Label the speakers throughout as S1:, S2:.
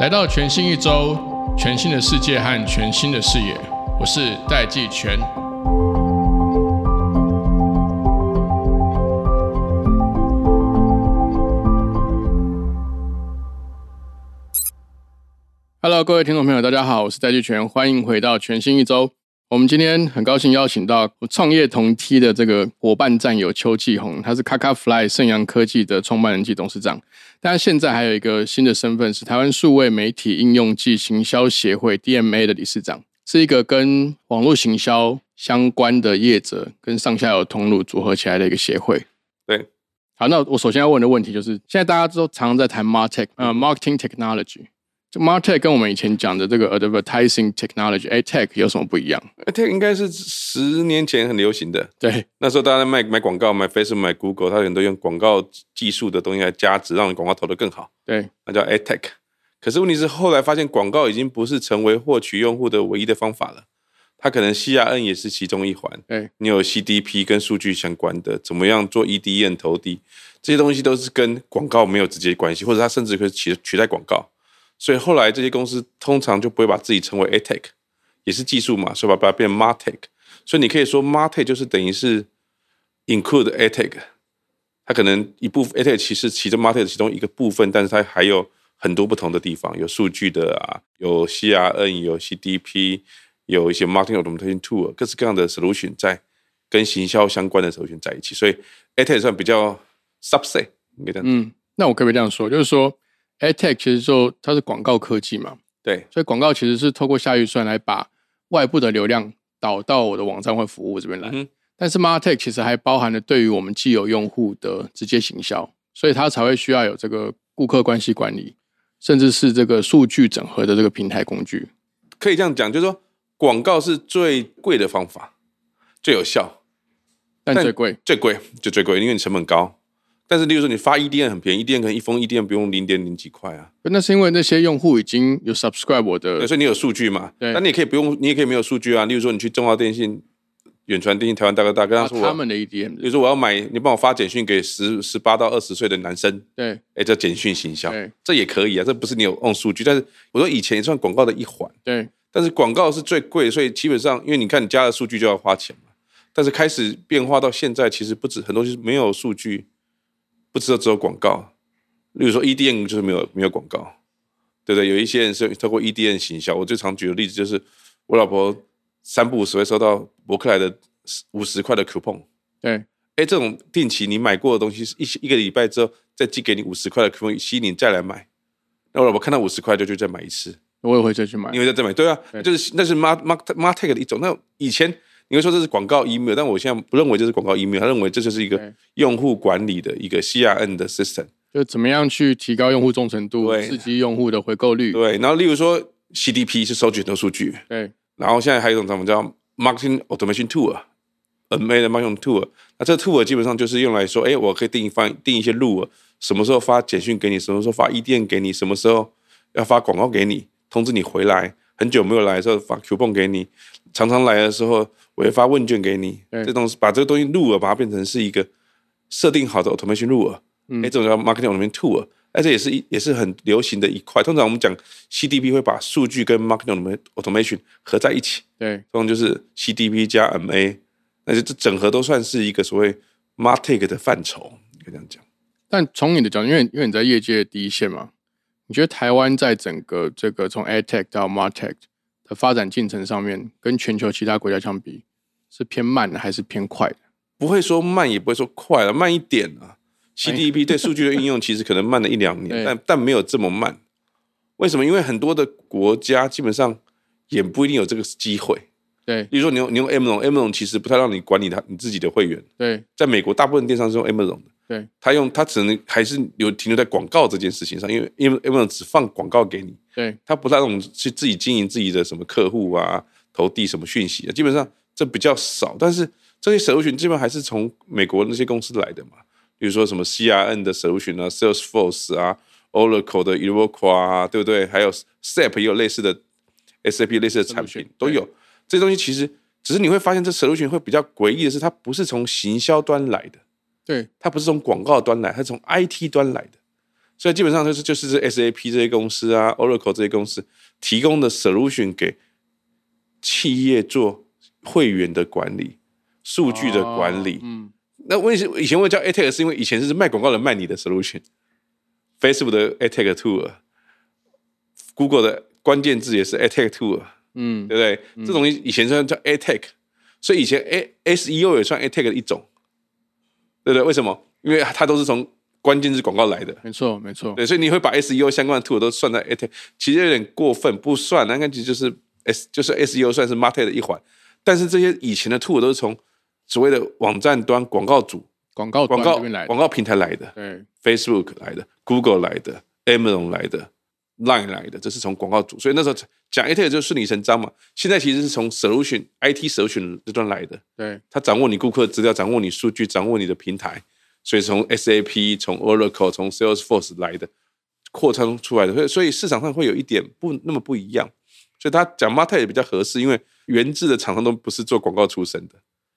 S1: 来到全新一周，全新的世界和全新的视野，我是戴季全。Hello，各位听众朋友，大家好，我是戴季全，欢迎回到全新一周。我们今天很高兴邀请到创业同梯的这个伙伴战友邱继红，他是 Kaka Fly 盛阳科技的创办人及董事长。但他现在还有一个新的身份是台湾数位媒体应用暨行销协会 DMA 的理事长，是一个跟网络行销相关的业者跟上下游通路组合起来的一个协会。
S2: 对，
S1: 好，那我首先要问的问题就是，现在大家都常常在谈 Martech，呃，Marketing Technology。就 Martech 跟我们以前讲的这个 Advertising Technology、A Tech 有什么不一样？
S2: 哎，这应该是十年前很流行的。
S1: 对，
S2: 那时候大家在卖买广告，买 Facebook、买 Google，它很多用广告技术的东西来加值，让你广告投得更好，
S1: 对，
S2: 那叫 ad tech。可是问题是，后来发现广告已经不是成为获取用户的唯一的方法了，它可能 CRN 也是其中一环。
S1: 对，
S2: 你有 CDP 跟数据相关的，怎么样做 EDM 投递，这些东西都是跟广告没有直接关系，或者它甚至可以取取代广告。所以后来这些公司通常就不会把自己称为 a tech，也是技术嘛，所以把把它变 martech。所以你可以说 martech 就是等于是 include a tech，它可能一部分 a tech 其实其中 martech 其中一个部分，但是它还有很多不同的地方，有数据的啊，有 CRN，有 CDP，有一些 marketing automation tool，各式各样的 solution 在跟行销相关的 solution 在一起，所以 a tech 算比较 subset，应该这样讲。
S1: 嗯，那我可不可以这样说？就是说，Ad Tech 其实就它是广告科技嘛，
S2: 对
S1: 所以广告其实是透过下预算来把外部的流量导到我的网站或服务这边来。
S2: 嗯哼
S1: 但是 Martech 其实还包含了对于我们既有用户的直接行销，所以它才会需要有这个顾客关系管理，甚至是这个数据整合的这个平台工具。
S2: 可以这样讲，就是说广告是最贵的方法，最有效，
S1: 但
S2: 但
S1: 最贵，
S2: 最贵就最贵，因为你成本高。但是，例如说你发 EDN 很便宜，EDN 可能一封 EDN 不用零点零几块啊，
S1: 那是因为那些用户已经有 subscribe 我
S2: 对，
S1: 的，
S2: 所以你有数据嘛？
S1: 对
S2: 但你也可以不用，你也可以没有数据啊。例如说你去中华电信、远传电信、台湾大哥大，跟他
S1: 啊
S2: 说
S1: 他
S2: 我，
S1: 们的
S2: 比
S1: EDM，
S2: 如说我要买，你帮我发简讯给十十八到二十岁的男生，
S1: 对
S2: 哎，叫简讯行销，
S1: 对
S2: 这也可以啊，这不是你有 on 数据，但是我说以前也算广告的一环。
S1: 对
S2: 但是广告是最贵，所以基本上因为你看你加了数据就要花钱嘛。但是开始变化到现在，其实不止很多就是没有数据，不知道只有广告。例如说 EDM 就是没有没有广告，对不对？有一些人是透过 EDM 行销。我最常举的例子就是我老婆三不五时会收到博客来的五十块的 coupon。
S1: 对，
S2: 哎，这种定期你买过的东西，一一个礼拜之后再寄给你五十块的 coupon，吸引你再来买。那我老婆看到五十块就去再买一次。
S1: 我也会再去买
S2: 你。会在这买，对啊，
S1: 对
S2: 就是那是 mark mark mark tag 的一种。那以前你会说这是广告 email，但我现在不认为这是广告 email，他认为这就是一
S1: 对
S2: 个用户管理的一个 CRN 的 system。
S1: 就怎么样去提高用户忠诚度，
S2: 对
S1: 刺激用户的回购率。
S2: 对，然后例如说 CDP 是收集很多数据，
S1: 对
S2: 然后现在还有一种什么叫 marketing automation 啊 tool，MA 的 marketing tool。那啊这 tool 基本上就是用来说，哎，我可以定一方定一些路了，什么时候发简讯给你，什么时候发 e 电给你，什么时候要发广告给你，通知你回来。很久没有来的时候发 coupon 给你，常常来的时候我会发问卷给你。
S1: 对
S2: 这东西把这个东西入了，把它变成是一个设定好的 automation rule，哎、
S1: 嗯
S2: 这种叫 marketing automation tool，哎，这也是一也是很流行的一块。通常我们讲 CDP 会把数据跟 marketing automation 合在一起，
S1: 对
S2: 通常就是 CDP 加 MA，那就这整合都算是一个所谓 martech 的范畴，可以这样讲。
S1: 但从你的角度，因为因为你在业界的第一线嘛，你觉得台湾在整个这个从 AdTech 到 MarTech 的发展进程上面，跟全球其他国家相比，是偏慢的还是偏快的？
S2: 不会说慢，也不会说快了，慢一点啊。CDP 对数据的应用其实可能慢了一两
S1: 对
S2: 年，但但没有这么慢。为什么？因为很多的国家基本上也不一定有这个机会。
S1: 对
S2: 比如说你用你用 Amazon，Amazon 其实不太让你管理它你自己的会员，
S1: 对
S2: 在美国大部分电商是用 Amazon 的，
S1: 对，
S2: 它用它只能还是有停留在广告这件事情上，因为因为 Amazon 只放广告给你，
S1: 对
S2: 它不太让你去自己经营自己的什么客户啊，投递什么讯息啊，基本上这比较少。但是这些 solution 基本还是从美国那些公司来的嘛，比如说什么 CRN 的 solution 啊，Salesforce 啊，Oracle 的 Eloqua 啊，对不对？还有 SAP 也有类似的 SAP 类似的产
S1: Solution，
S2: 品都有。这些东西其实只是你会发现这 solution 会比较诡异的是，它不是从行销端来的，
S1: 对，
S2: 它不是从广告端来，它是从 IT 端来的。所以基本上就是就是这 SAP 这些公司啊，Oracle 这些公司提供的 solution 给企业做会员的管理、数据的管理。
S1: 哦嗯，
S2: 那为什以前会叫 a t a c 是因为以前是卖广告人卖你的 solution，Facebook 的 a t a c Tool，Google 的关键字也是 a t a c Tool，
S1: 嗯，
S2: 对不对？这种以前算叫 a t a c 所以以前 A SEO 也算 a t a c 的一种，对不对？为什么？因为它都是从关键字广告来的。
S1: 没错，没错，
S2: 对，所以你会把 SEO 相关的 tool 都算在 ATEC，其实有点过分，不算，那个其实就是 S 就是 SEO 算是 Martech 的一环，但是这些以前的 tool 都是从所谓的网站端广告主、
S1: 广告端
S2: 广告
S1: 这边来的
S2: 广告平台来的
S1: 对，
S2: ，Facebook 来的、Google 来的、Amazon 来的、Line 来的，这是从广告主，所以那时候讲 ATEC 就顺理成章嘛。现在其实是从 solution IT solution 这端来的，
S1: 对，
S2: 他掌握你顾客的资料，掌握你数据，掌握你的平台，所以从 SAP、从 Oracle、从 Salesforce 来的扩张出来的，所以所以市场上会有一点不那么不一样，所以他讲 m a t e 也比较合适，因为原制的厂商都不是做广告出身的，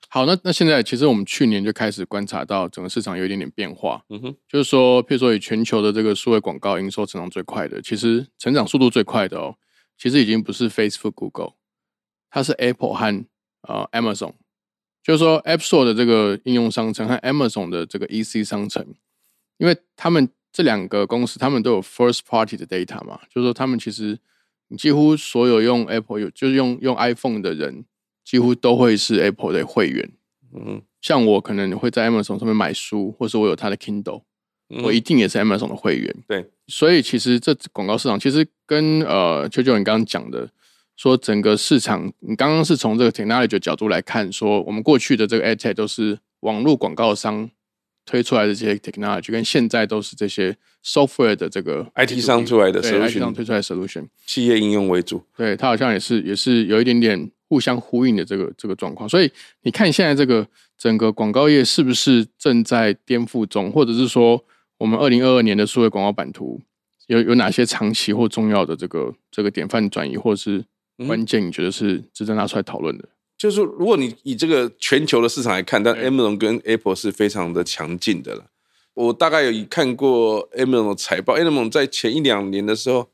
S1: 好，那那现在其实我们去年就开始观察到整个市场有一点点变化，
S2: 嗯哼，
S1: 就是说，譬如说以全球的这个数位广告营收成长最快的，其实成长速度最快的哦，其实已经不是 Facebook、Google，它是 Apple 和呃 Amazon，就是说 App Store 的这个应用商城和 Amazon 的这个 EC 商城，因为他们这两个公司他们都有 first party 的 data 嘛，就是说他们其实你几乎所有用 Apple 有就是用用 iPhone 的人，几乎都会是 Apple 的会员。
S2: 嗯
S1: 像我可能会在 Amazon 上面买书，或是我有它的 Kindle，
S2: 嗯
S1: 我一定也是 Amazon 的会员。
S2: 对，
S1: 所以其实这广告市场其实跟呃啾啾你刚刚讲的说，整个市场你刚刚是从这个 technology 的角度来看，说我们过去的这个 adtech 都是网络广告商推出来的这些 technology，跟现在都是这些 software 的这个
S2: IT 商出来的
S1: 对 IT 上
S2: solution
S1: 推出来的 solution。
S2: 企业应用为主，
S1: 对，它好像也是也是有一点点互相呼应的这个这个状况。所以你看现在这个整个广告业是不是正在颠覆中，或者是说我们二零二二年的数位广告版图有有哪些长期或重要的这个这个典范转移，或是
S2: 嗯
S1: 关键？你觉得是值得拿出来讨论的？
S2: 就是说如果你以这个全球的市场来看，但
S1: 对
S2: Amazon 跟 Apple 是非常的强劲的了。我大概有看过 Amazon 的财报，Amazon 在前一两年的时候，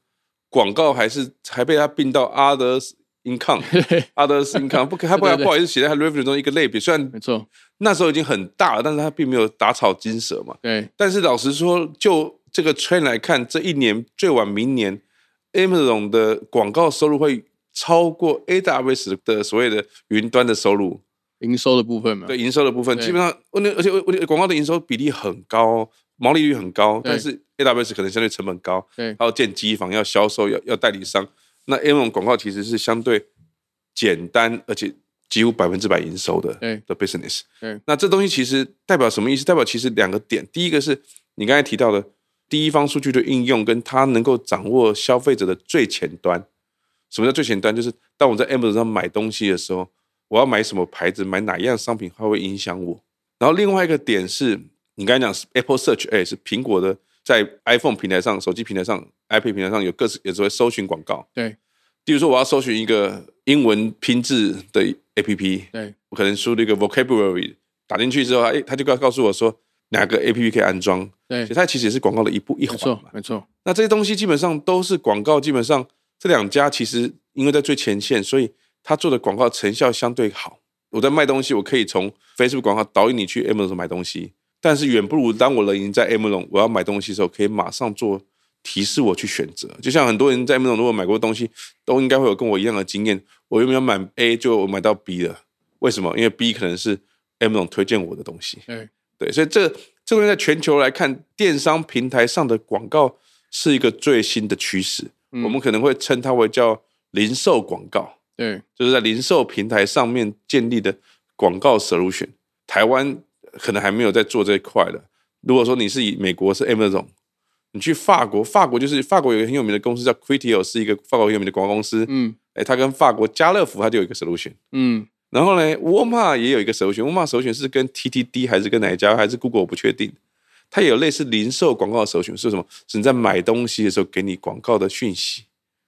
S2: 广告还是还被它并到 Others Income
S1: 嘿嘿
S2: Others Income，不可它不
S1: 对对对
S2: 不好意思写在它 Revenue 中一个类别，虽然
S1: 没错，
S2: 那时候已经很大了，但是它并没有打草惊蛇嘛。
S1: 对，
S2: 但是老实说，就这个 trend 来看，这一年最晚明年，Amazon 的广告收入会超过 AWS 的所谓的云端的收入。
S1: 营收的部分嘛，
S2: 对营收的部分，
S1: 嗯对
S2: 基本上，我那而且我我广告的营收比例很高哦，毛利率很高，
S1: 对
S2: 但是 AWS 可能相对成本高，
S1: 对
S2: 还有建机房要销售要要代理商，那 Amazon 广告其实是相对简单，而且几乎百分之百营收的
S1: 对
S2: 的 business。
S1: 对，
S2: 那这东西其实代表什么意思？代表其实两个点，第一个是你刚才提到的第一方数据的应用，跟它能够掌握消费者的最前端。什么叫最前端？就是当我在 Amazon 上买东西的时候，我要买什么牌子，买哪一样商品，它会影响我。然后另外一个点是，你刚才讲是 Apple Search，哎，是苹果的在 iPhone 平台上、手机平台上、iPad 平台上有各式有时候会搜寻广告。
S1: 对，
S2: 比如说我要搜寻一个英文拼字的 APP，
S1: 对，
S2: 我可能输入一个 vocabulary，打进去之后，哎，它就告告诉我说哪个 APP 可以安装。
S1: 对
S2: 其实，它其实也是广告的一步一
S1: 没
S2: 环
S1: 错
S2: 嘛，。
S1: 没错，
S2: 那这些东西基本上都是广告，基本上这两家其实因为在最前线，所以他做的广告成效相对好。我在卖东西，我可以从 Facebook 广告导引你去 Amazon 买东西，但是远不如当我人已经在 Amazon，我要买东西的时候，可以马上做提示我去选择。就像很多人在 Amazon 如果买过东西，都应该会有跟我一样的经验。我原本要买 A，就我买到 B 了，为什么？因为 B 可能是 Amazon 推荐我的东西。
S1: 对，
S2: 对，所以这这东西在全球来看，电商平台上的广告是一个最新的趋势，
S1: 嗯
S2: 我们可能会称它为叫零售广告，
S1: 对，
S2: 就是在零售平台上面建立的广告 solution。台湾可能还没有在做这一块的。如果说你是以美国是 Amazon，你去法国，法国就是法国有一个很有名的公司叫 Critio，是一个法国很有名的广告公司。
S1: 嗯
S2: 哎，它跟法国家乐福它就有一个 solution。
S1: 嗯，
S2: 然后呢，沃尔玛也有一个首选，沃尔玛首选是跟 TTD 还是跟哪一家，还是 Google 我不确定。它也有类似零售广告的首选是什么？是你在买东西的时候给你广告的讯息。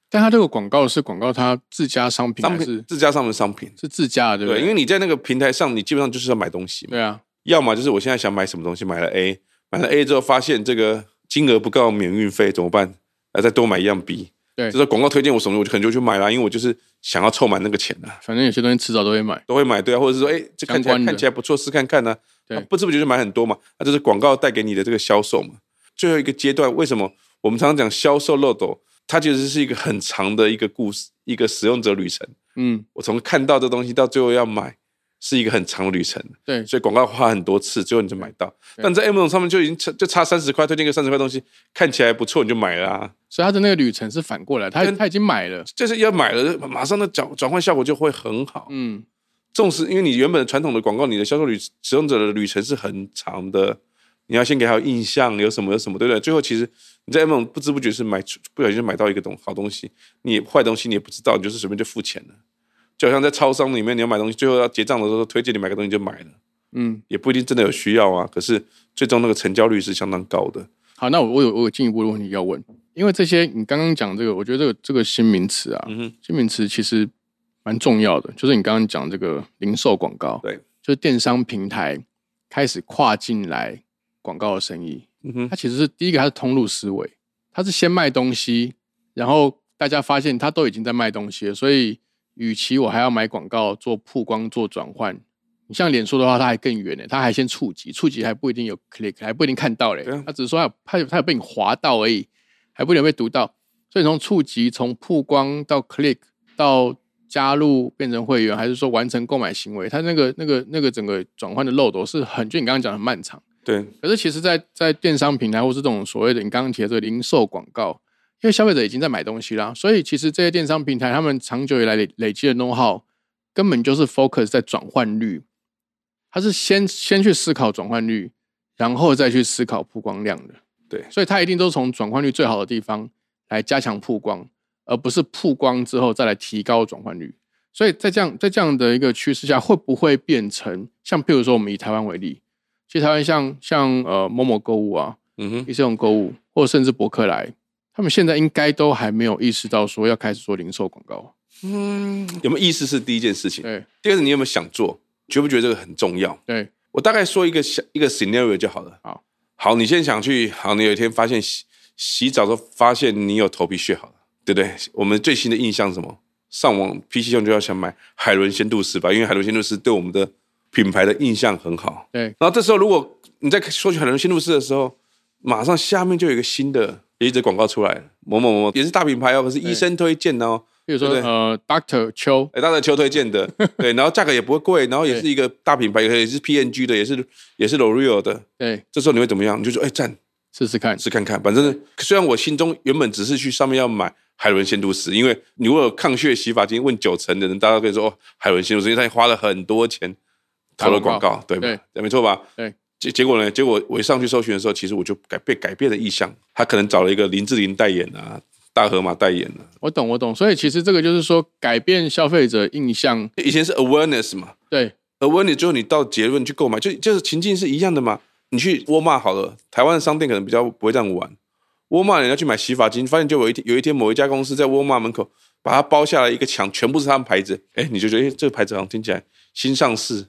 S1: 但它这个广告是广告它自家商品
S2: 商
S1: 还
S2: 品
S1: 是
S2: 自家上门商品，
S1: 是自家的，对不
S2: 对，
S1: 对？
S2: 因为你在那个平台上，你基本上就是要买东西嘛，
S1: 对啊，
S2: 要么就是我现在想买什么东西，买了 A，买了 A 之后发现这个金额不够免运费怎么办？啊，再多买一样 B，
S1: 对
S2: 就是广告推荐我什么，我就可能就去买啦，因为我就是想要凑满那个钱啊，
S1: 反正有些东西迟早都会买。
S2: 都会买对啊，或者是说，哎，这看起来
S1: 相关的
S2: 看起来不错，试看看呢、
S1: 对
S2: 啊，不知不觉就买很多嘛，那、就是广告带给你的这个销售嘛。最后一个阶段，为什么我们常常讲销售漏斗？它其实是一个很长的一个故事，一个使用者旅程。
S1: 嗯，
S2: 我从看到这东西到最后要买，是一个很长的旅程。
S1: 对，
S2: 所以广告花很多次，最后你就买到。
S1: 对
S2: 但在 Amazon 上面就已经差就差三十块，推荐一个三十块东西，看起来不错，你就买了、啊。
S1: 所以它的那个旅程是反过来，它
S2: 跟
S1: 它已经买了，
S2: 就是要买了，马上的转转换效果就会很好。
S1: 嗯，
S2: 纵使因为你原本传统的广告，你的销售旅使用者的旅程是很长的，你要先给他有印象，有什么有什么，对不对？最后其实你在 Amazon 不知不觉是买不小心就买到一个东好东西，你也坏东西你也不知道，你就是随便就付钱了。就好像在超商里面，你要买东西，最后要结账的时候推荐你买个东西就买了。
S1: 嗯，
S2: 也不一定真的有需要啊。可是最终那个成交率是相当高的。
S1: 好，那我我有我有进一步的问题要问，因为这些你刚刚讲这个，我觉得这个这个新名词啊，
S2: 嗯哼，
S1: 新名词其实蛮重要的，就是你刚刚讲这个零售广告，
S2: 对，
S1: 就是电商平台开始跨进来广告的生意，
S2: 嗯哼，
S1: 它其实是第一个，它是通路思维，它是先卖东西，然后大家发现它都已经在卖东西了，所以与其我还要买广告做曝光做转换，你像脸书的话，它还更远呢，它还先触及，触及还不一定有 click，还不一定看到嘞
S2: 对啊，
S1: 它只是说它有它有它有被你划到而已，还不一定有被读到，所以从触及从曝光到 click 到。加入变成会员，还是说完成购买行为？它那个、那个、那个整个转换的漏斗是很，就你刚刚讲的很漫长。
S2: 对，
S1: 可是其实在，在电商平台或是这种所谓的你刚刚提的这个零售广告，因为消费者已经在买东西啦，所以其实这些电商平台他们长久以来累累积的 know how，根本就是 focus 在转换率，它是先先去思考转换率，然后再去思考曝光量的。
S2: 对
S1: 所以它一定都从转换率最好的地方来加强曝光，而不是曝光之后再来提高转换率。所以在这样在这样的一个趋势下，会不会变成像譬如说我们以台湾为例，其实台湾像像呃某某购物啊、
S2: 嗯哼，
S1: 一次用购物，或者甚至博客来，他们现在应该都还没有意识到说要开始做零售广告。
S2: 嗯，有没有意识是第一件事情。
S1: 对
S2: 第二个，你有没有想做？觉不觉得这个很重要？
S1: 对，
S2: 我大概说一个小一个 scenario 就好了。
S1: 好，
S2: 好，你先想去，好，你有一天发现洗洗澡的时候发现你有头皮屑，好了，对不对？我们最新的印象是什么？上网 PC 上就要想买海伦仙度丝吧，因为海伦仙度丝对我们的品牌的印象很好。
S1: 对
S2: 然后这时候如果你在说起海伦仙度丝的时候，马上下面就有一个新的有一则广告出来了，某某某某也是大品牌哦，可是医生推荐哦，
S1: 比如说
S2: 对不对
S1: 呃，Doctor 秋，
S2: 哎，当然求推荐 的，对，然后价格也不会贵，然后也
S1: 对
S2: 是一个大品牌，也是 PNG 的，也是也是 L'Oreal 的，
S1: 对，
S2: 这时候你会怎么样？你就说，哎，赞，
S1: 试试看。
S2: 试看看。反正虽然我心中原本只是去上面要买海伦仙度丝，因为你如果有抗血洗发精，问九成的人，大家可以说哦，海伦仙度丝，因为他花了很多钱投了广告，对吧？对没错吧？
S1: 对。
S2: 结结果呢？结果我一上去搜寻的时候，其实我就改被改变了意向。他可能找了一个林志玲代言啊，大河马代言啊。
S1: 我懂，我懂。所以其实这个就是说，改变消费者印象，
S2: 以前是 awareness 嘛，
S1: 对，
S2: 而问你最后你到结论去购买，就就是情境是一样的嘛。你去沃尔玛好了，台湾的商店可能比较不会这样玩。沃尔玛人家去买洗发精，发现就有一天有一天某一家公司在沃尔玛门口把它包下来一个墙，全部是他们牌子，哎，你就觉得哎这个牌子好像听起来新上市，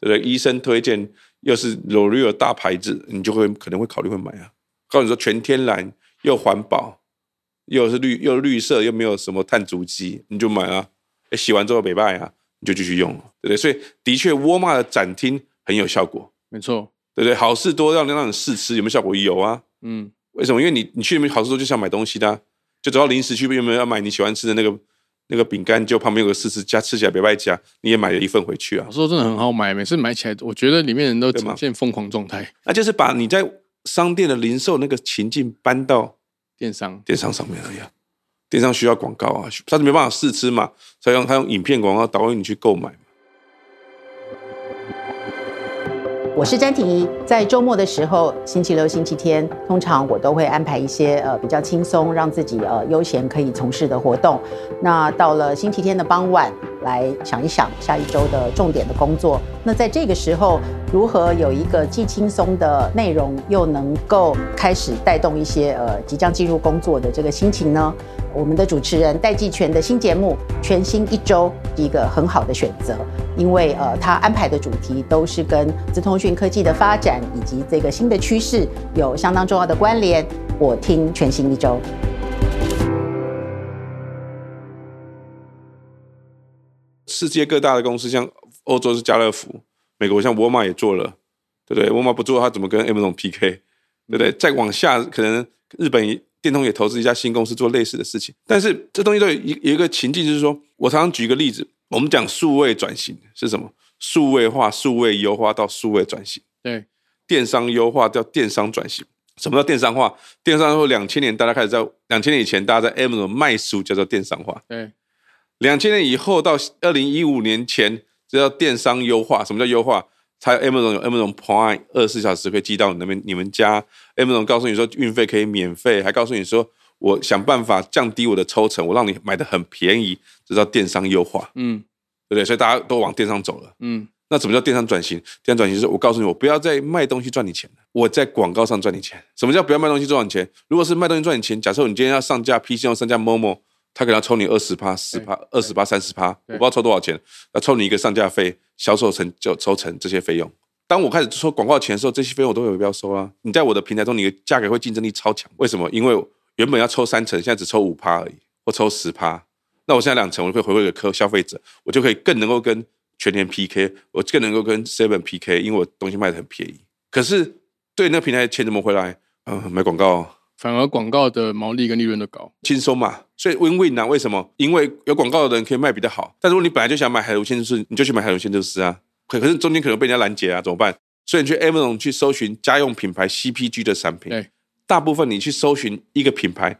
S2: 对不对？医生推荐又是 L'Oreal 大牌子，你就会可能会考虑会买啊。告诉你说全天然又环保，又是绿又绿色又没有什么碳足迹，你就买啊。哎，洗完之后没败啊，你就继续用了，对不对？所以的确，沃尔玛的展厅很有效果，
S1: 没错，
S2: 对不对？好事多让让你试吃，有没有效果？有啊。
S1: 嗯，
S2: 为什么？因为你你去那边好事多就想买东西的啊、就走到零食区，有没有要买你喜欢吃的那个那个饼干？就旁边有个试吃家，吃起来别败家，你也买了一份回去啊
S1: 我。说真的很好买，每次买起来，我觉得里面人都
S2: 对吗
S1: 呈现疯狂状态。
S2: 那就是把你在商店的零售那个情境搬到
S1: 电商，
S2: 电商上面而已、啊。电商需要广告啊，他是没办法试吃嘛，所以用他用影片广告导引你去购买嘛。
S3: 我是詹婷怡，在周末的时候，星期六、星期天，通常我都会安排一些呃比较轻松，让自己呃悠闲可以从事的活动。那到了星期天的傍晚，来想一想下一周的重点的工作。那在这个时候，如何有一个既轻松的内容，又能够开始带动一些呃即将进入工作的这个心情呢？我们的主持人戴季全的新节目《全新一周》是一个很好的选择，因为呃，他安排的主题都是跟资通讯科技的发展以及这个新的趋势有相当重要的关联。我听《全新一周》。
S2: 世界各大的公司，像欧洲是家乐福，美国像沃尔玛也做了，对不对？沃尔玛不做，它怎么跟 Amazon PK？对不对？再往下，可能日本也电通也投资一家新公司做类似的事情。但是这东西都有一有一个情境，就是说我常常举一个例子，我们讲数位转型是什么？数位化、数位优化到数位转型，
S1: 对，
S2: 电商优化叫电商转型。什么叫电商化？电商后两千年大家开始在两千年以前，大家在 Amazon 卖书叫做电商化。
S1: 对，
S2: 两千年以后到二零一五年前，这叫电商优化。什么叫优化？它有 Amazon 有 Amazon Prime，二十四小时可以寄到你那边你们家。Amazon 告诉你说运费可以免费，还告诉你说我想办法降低我的抽成，我让你买的很便宜，这叫电商优化，
S1: 嗯
S2: 对不对？所以大家都往电商走了。
S1: 嗯，
S2: 那怎么叫电商转型？电商转型就是我告诉你，我不要在卖东西赚你钱了，我在广告上赚你钱。什么叫不要卖东西赚你钱？如果是卖东西赚你钱，假设你今天要上架 P C 用上架 Momo，他可能要抽你二十趴、十趴、二十趴、三十趴，我不知道抽多少钱，要抽你一个上架费、销售成就抽成这些费用。当我开始收广告钱的时候，这些费用我都有要收啊。你在我的平台中，你的价格会竞争力超强。为什么？因为原本要抽三成，现在只抽五趴而已，或抽十趴。那我现在两成，我会回馈给客消费者，我就可以更能够跟全年 PK，我更能够跟 Seven PK，因为我东西卖的很便宜。可是对那个平台的钱怎么回来？嗯、买广告
S1: 反而广告的毛利跟利润都高，
S2: 轻松嘛，所以 win win 啊？为什么？因为有广告的人可以卖比较好，但如果你本来就想买海螺鲜就是你就去买海螺鲜就是啊。可可是中间可能被人家拦截啊，怎么办？所以你去 Amazon 去搜寻家用品牌 CPG 的产品
S1: 对，
S2: 大部分你去搜寻一个品牌，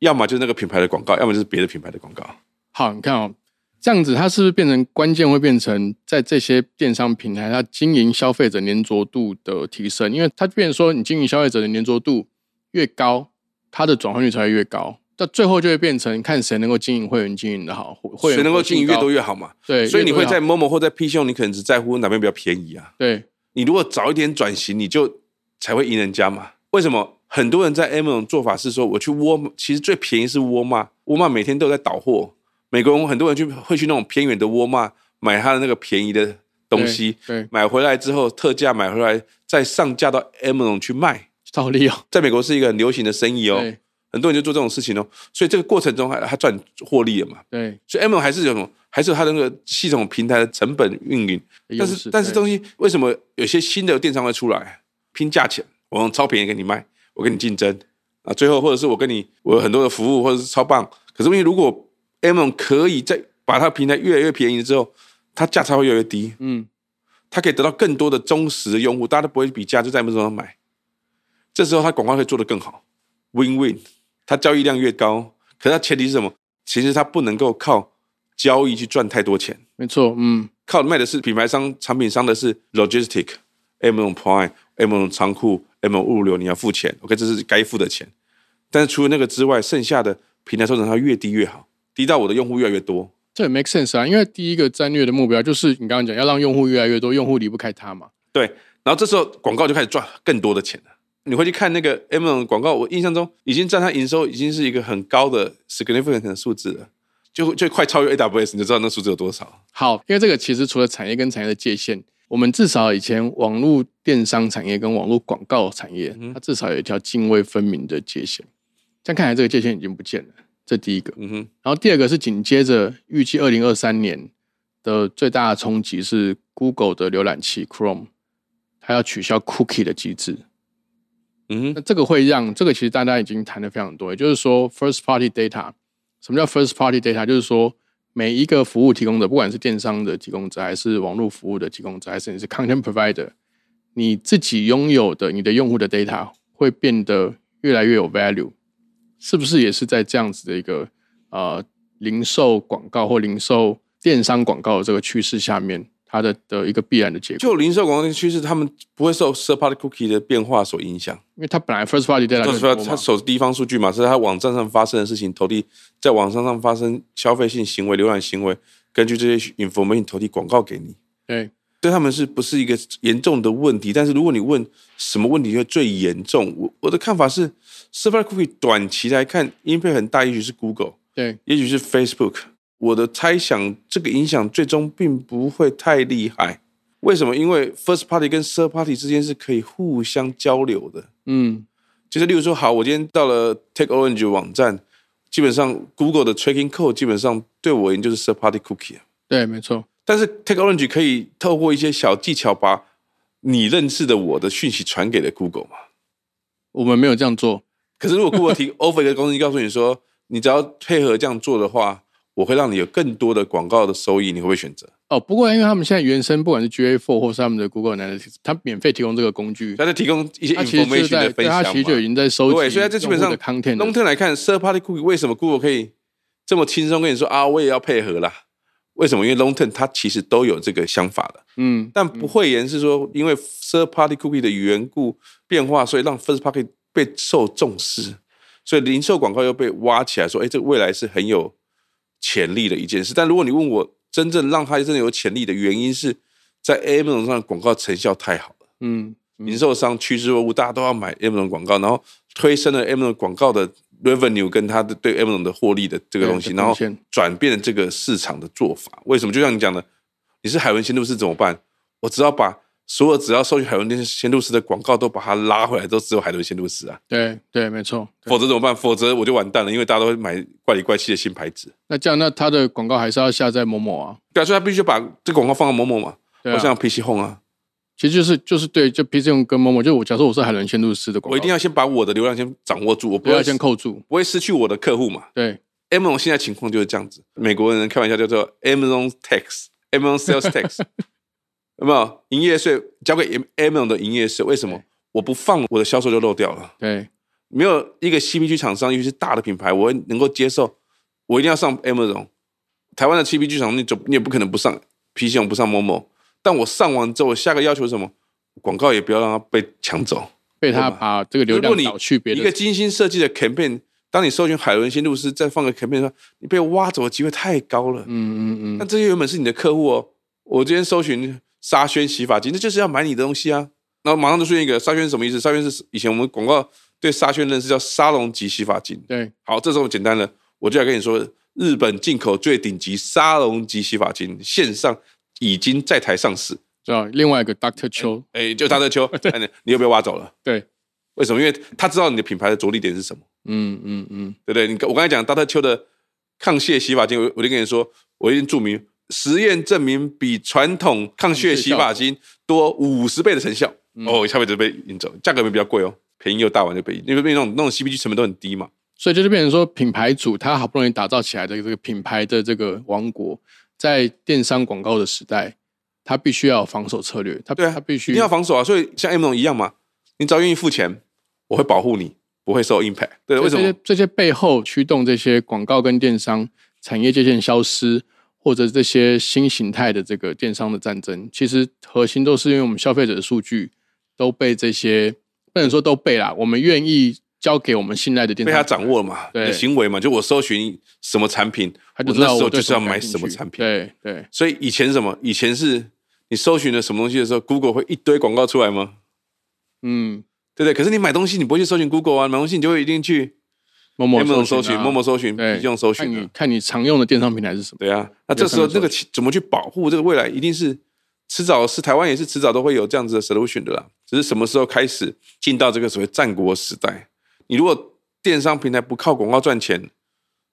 S2: 要么就是那个品牌的广告，要么就是别的品牌的广告。
S1: 好，你看哦，这样子它是不是变成关键会变成在这些电商平台，它经营消费者粘着度的提升？因为它变成说，你经营消费者的粘着度越高，它的转换率才会越高。到最后就会变成看谁能够经营会员经营的好，会
S2: 谁
S1: 员
S2: 能够经营越多
S1: 越
S2: 越好嘛。
S1: 对，啊
S2: 所以你
S1: 越多
S2: 会
S1: 越好
S2: 在 Momo 或在 P 秀，你可能只在乎哪边比较便宜啊。
S1: 对
S2: 你如果早一点转型，你就才会赢人家嘛。为什么很多人在 Amazon 做法是说，我去沃尔玛，其实最便宜是沃尔玛，沃尔玛每天都有在倒货。美国人很多人去会去那种偏远的沃尔玛买他的那个便宜的东西，
S1: 对对
S2: 买回来之后特价买回来，再上架到 Amazon 去卖，
S1: 套利哦，
S2: 在美国是一个很流行的生意哦。
S1: 对
S2: 很多人就做这种事情哦，所以这个过程中还他赚获利了嘛。
S1: 对，
S2: 所以 Amazon 还是有什么，还是有它的那个系统平台的成本运营。但
S1: 优
S2: 是
S1: 势
S2: 但是
S1: 对
S2: 东西为什么有些新的电商会出来拼价钱？我用超便宜给你卖，我跟你竞争啊，最后或者是我跟你我有很多的服务或者是超棒。可是问题如果 Amazon 可以在把它的平台越来越便宜之后，它价差会越来越低，
S1: 嗯，
S2: 它可以得到更多的忠实的用户，大家都不会比价，就在 Amazon 上买。这时候它广告会做得更好，win win，它交易量越高。可是它前提是什么？其实它不能够靠交易去赚太多钱。
S1: 没错，嗯，
S2: 靠卖的是品牌商、产品商的是 logistic、Amazon Prime、Amazon 仓库、Amazon 物流，你要付钱。OK，这是该付的钱。但是除了那个之外，剩下的平台收成它越低越好，低到我的用户越来越多。
S1: 这也 make sense 啊，因为第一个战略的目标就是你刚刚讲要让用户越来越多，用户离不开它嘛，
S2: 对，然后这时候广告就开始赚更多的钱了。你会去看那个 Amazon 广告，我印象中已经占它营收已经是一个很高的 significant 的数字了，就就快超越 AWS，你就知道那数字有多少。
S1: 好，因为这个其实除了产业跟产业的界限，我们至少以前网络电商产业跟网络广告产业，
S2: 嗯
S1: 它至少有一条泾渭分明的界限。这样看来，这个界限已经不见了，这第一个。
S2: 嗯哼，
S1: 然后第二个是紧接着预计二零二三年的最大的冲击是 Google 的浏览器 Chrome，它要取消 Cookie 的机制。
S2: 嗯
S1: 那
S2: 哼，
S1: 这个会让这个其实大家已经谈的非常多，也就是说 first party data，什么叫 first party data？就是说每一个服务提供者，不管是电商的提供者，还是网络服务的提供者，还是你是 content provider，你自己拥有的你的用户的 data 会变得越来越有 value，是不是也是在这样子的一个呃零售广告或零售电商广告的这个趋势下面，它的的一个必然的结果？
S2: 就零售广告的趋势，他们不会受 third party cookie 的变化所影响。
S1: 因为它本来 first party data 就是
S2: 就
S1: 很
S2: 说
S1: 多
S2: 他
S1: 嘛，
S2: 手地方数据嘛，是他网站上发生的事情，投递在网站上发生消费性行为、浏览行为，根据这些 information 投递广告给你。
S1: 对
S2: 对他们是不是一个严重的问题？但是如果你问什么问题会最严重，我我的看法是 s e r v e r cookie 短期来看影响很大，也许是 Google，
S1: 对，
S2: 也许是 Facebook。我的猜想，这个影响最终并不会太厉害。为什么？因为 first party 跟 third party 之间是可以互相交流的。
S1: 嗯，
S2: 就是例如说，好，我今天到了 Take Orange 网站，基本上 Google 的 tracking code 基本上对我而言就是 third party cookie 啊。
S1: 对，没错，
S2: 但是 Take Orange 可以透过一些小技巧，把你认识的我的讯息传给了 Google 嘛？
S1: 我们没有这样做，
S2: 可是如果 Google 提 offer 一个公司告诉你说，你只要配合这样做的话，我会让你有更多的广告的收益，你会不会选择？
S1: 哦，不过因为他们现在原生不管是 GA4 或是他们的 Google Analytics，它免费提供这个工具，
S2: 他在提供一些
S1: 它其实就是
S2: information
S1: 在
S2: 的分
S1: 对
S2: 享
S1: 它
S2: 嘛
S1: 其实就已经在收集
S2: 对，所以它这基本上
S1: 用户的 content 了
S2: long term 来看，third party cookie 为什么 Google 可以这么轻松跟你说啊，我也要配合啦？为什么？因为 long term 它其实都有这个想法的，
S1: 嗯，
S2: 但不会言是说，因为 third party cookie 的缘故变化，所以让 first party 被受重视，所以零售广告又被挖起来，说，哎，这个未来是很有潜力的一件事。但如果你问我，真正让它真的有潜力的原因是在 Amazon 上的广告成效太好了。
S1: 嗯嗯
S2: 零售商趋之若鹜，大家都要买 Amazon 广告，然后推升了 Amazon 广告的 revenue 跟它的对 Amazon 的获利的这个东西，
S1: 对的
S2: 然后
S1: 贡献
S2: 转变了这个市场的做法。为什么？就像你讲的，你是海文仙度士怎么办？我只要把所有只要搜取海文仙度士的广告都把它拉回来，都只有海文仙度士啊，
S1: 对对，没错。对
S2: 否则怎么办？否则我就完蛋了，因为大家都会买怪里怪气的新牌子。
S1: 那这样，那它的广告还是要下在某某啊？
S2: 对啊，所以他必须把这个广告放到某某嘛，
S1: 对
S2: 或
S1: 啊，
S2: 像 PC Home 啊，
S1: 其实就是就是对，就 PC 用跟某某，就我假设我是海伦仙度师的广告，
S2: 我一定要先把我的流量先掌握住，我不
S1: 不
S2: 会
S1: 要先扣住。
S2: 不会失去我的客户嘛。
S1: 对
S2: Amazon 现在情况就是这样子，美国人开玩笑叫做 Amazon tax、Amazon sales tax，有没有营业税交给 Amazon 的营业税？为什么
S1: 对
S2: 我不放我的销售就漏掉了？
S1: 对
S2: 没有一个 CPG 厂商，尤其是大的品牌，我会能够接受，我一定要上 Amazon。台湾的 CPG 厂，你总你也不可能不上 P 线，不上某某。但我上完之后，我下个要求是什么？广告也不要让它被抢走。
S1: 被他把这个流
S2: 如果
S1: 量
S2: 你
S1: 导去别
S2: 一个
S1: 的，
S2: 精心设计的 campaign，当你搜寻海伦仙路斯，再放个 campaign 说，你被挖走的机会太高了。
S1: 嗯嗯
S2: 那
S1: 嗯，
S2: 这些原本是你的客户哦。我今天搜寻沙宣洗发精，那就是要买你的东西啊。然后马上就出现一个沙宣是什么意思？沙宣是以前我们广告对沙宣认识叫沙龙级洗发精。
S1: 对
S2: 好，这时候简单了，我就来跟你说，日本进口最顶级沙龙级洗发精线上已经在台上市。
S1: 知道另外一个 Doctor 秋，
S2: 哎，就大 热秋，哎你你又被挖走了。
S1: 对，
S2: 为什么？因为他知道你的品牌的着力点是什么。
S1: 嗯嗯嗯，
S2: 对不对？你我刚才讲大特丘的抗屑洗发精，我我就跟你说，我已经注明实验证明比传统抗屑洗发精多五十倍的成效。
S1: 嗯
S2: 哦，一下辈子被引走，价格也比较贵哦，便宜又大碗就被引，因为那种那种 CPG 成本都很低嘛。
S1: 所以就是变成说，品牌主他好不容易打造起来的这个品牌的这个王国，在电商广告的时代，他必须要有防守策略，他
S2: 对啊
S1: 他必须
S2: 一定要防守啊，所以像 M 总一样嘛，你只要愿意付钱，我会保护你，不会受 impact。对，为什
S1: 所以这
S2: 么
S1: 些？这些背后驱动这些广告跟电商产业界限消失，或者这些新形态的这个电商的战争，其实核心都是因为我们消费者的数据都被这些不能说都被啦，我们愿意交给我们信赖的电
S2: 被
S1: 商
S2: 他掌握了嘛，你
S1: 对
S2: 的行为嘛，就我搜寻什么产品，
S1: 他
S2: 我
S1: 就知
S2: 那
S1: 道
S2: 时候
S1: 我对
S2: 就是要买
S1: 感兴
S2: 什么
S1: 趣
S2: 产品。
S1: 对对
S2: 所以以前是什么？以前是你搜寻了什么东西的时候，Google 会一堆广告出来吗？
S1: 嗯，
S2: 对不对？可是你买东西，你不会去搜寻 Google 啊，买东西你就会一定去
S1: 某
S2: Amazon
S1: 某
S2: 搜寻、
S1: 寻啊，
S2: 陌陌搜寻、
S1: 对
S2: 比用搜
S1: 看
S2: 寻
S1: 你
S2: 啊。
S1: 看你常用的电商平台是什么？
S2: 对啊，那这时候
S1: 比较上面搜寻
S2: 这个怎么去保护这个未来，一定是迟早是台湾也是迟早都会有这样子的 solution 的啦。只是什么时候开始进到这个所谓战国时代？你如果电商平台不靠广告赚钱，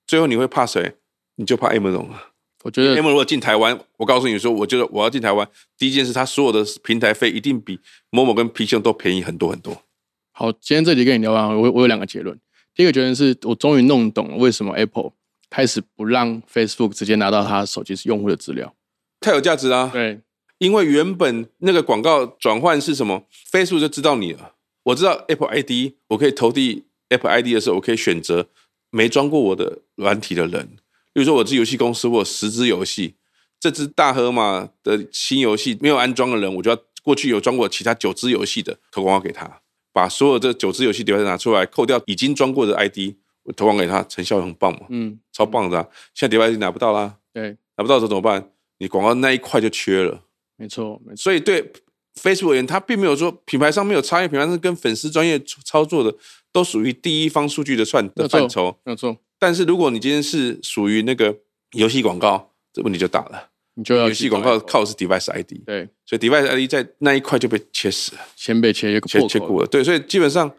S2: 最后你会怕谁？你就怕 Amazon 啊。
S1: 我觉得
S2: M 如果进台湾，我告诉你说，我觉得我要进台湾，第一件事，它所有的平台费一定比某某跟 P 兄都便宜很多很多。
S1: 好，今天这集跟你聊完，我我有两个结论。第一个结论是我终于弄懂了为什么 Apple 开始不让 Facebook 直接拿到它手机用户的资料。
S2: 太有价值啦、
S1: 对
S2: 因为原本那个广告转换是什么？Facebook 就知道你了，我知道 Apple ID，我可以投递 Apple ID 的时候，我可以选择没装过我的软体的人。例如说，我是游戏公司，我有十支游戏，这支大河马的新游戏没有安装的人，我就要过去有装过其他九支游戏的投广告给他，把所有这九支游戏留下拿出来，扣掉已经装过的 ID，我投广告给他，成效很棒嘛，
S1: 嗯，
S2: 超棒的、啊。现在 d e v i 拿不到啦，
S1: 对，
S2: 拿不到的时候怎么办？你广告那一块就缺了。
S1: 没错，没错，
S2: 所以对 Facebook 而言，它并没有说品牌上没有差异，品牌上跟粉丝专业操作的都属于第一方数据的算的
S1: 没错
S2: 范畴。
S1: 没有错，
S2: 但是如果你今天是属于那个游戏广告，这问题就大了。
S1: 你就要
S2: 游戏广告靠的是 device ID，
S1: 对
S2: 所以 device ID 在那一块就被切死了，
S1: 先被切一个
S2: 切
S1: 破
S2: 切
S1: 口，
S2: 骨了。对，所以基本上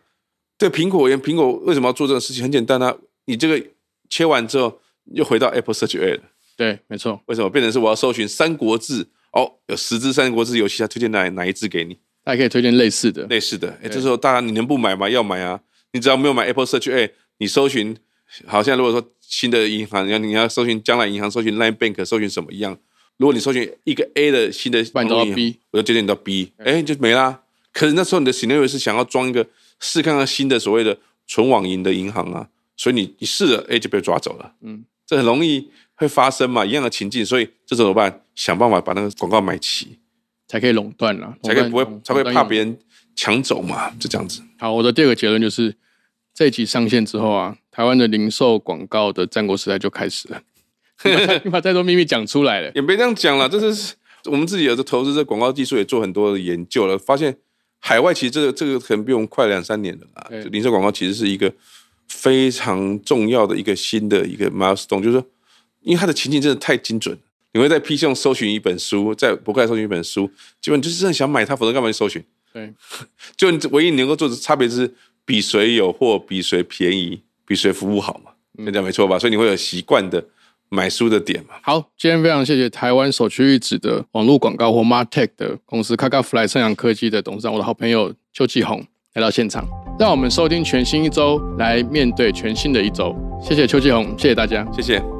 S2: 对苹果而言，苹果为什么要做这种事情？很简单啊，你这个切完之后又回到 Apple Search A 了。
S1: 对，没错，
S2: 为什么变成是我要搜寻《三国志》？哦，有十支《三国志》游戏，它推荐哪哪一支给你？
S1: 大家可以推荐类似的，
S2: 类似的，哎、
S1: 对
S2: 这时候大家你能不买吗？要买啊！你只要没有买 Apple Search，哎、你搜寻，好像如果说新的银行，你要你要搜寻将来银行，搜寻 Line Bank，搜寻什么一样。如果你搜寻一个 A 的新的
S1: 不然你都要
S2: 网络银行
S1: B
S2: 我就推荐你到 B，哎、就没啦。可是那时候你的 scenario 是想要装一个试看看新的所谓的纯网银的银行啊，所以你你试了，哎、就被抓走了。
S1: 嗯
S2: 嗯，这很容易会发生嘛，一样的情境，所以这时候怎么办？想办法把那个广告买齐，
S1: 才可以垄断了，
S2: 才会不会
S1: 垄断
S2: 才会
S1: 垄断
S2: 怕
S1: 用
S2: 别人抢走嘛，就这样子。
S1: 好，我的第二个结论就是，这一集上线之后啊，台湾的零售广告的战国时代就开始了。你把你把太多秘密讲出来了，
S2: 也别这样讲了，这是我们自己有的投资，这广告技术也做很多的研究了，发现海外其实这个这个可能比我们快两三年了啦
S1: 对。
S2: 就零售广告其实是一个非常重要的一个新的一个 milestone，就是说，因为它的情境真的太精准，你会在 P 上搜寻一本书，在博客来搜寻一本书，结果你就是真的想买它，否则干嘛去搜寻？
S1: 对，
S2: 就你唯一能够做的差别就是比谁有货，比谁便宜，比谁服务好嘛，
S1: 嗯
S2: 这样没错吧？所以你会有习惯的买书的点嘛。
S1: 好，今天非常谢谢台湾首屈一指的网络广告或 Martech 的公司 Kakafly 盛阳科技的董事长，我的好朋友邱继红来到现场，让我们收听全新一周，来面对全新的一周。谢谢邱继红，谢谢大家。
S2: 谢谢。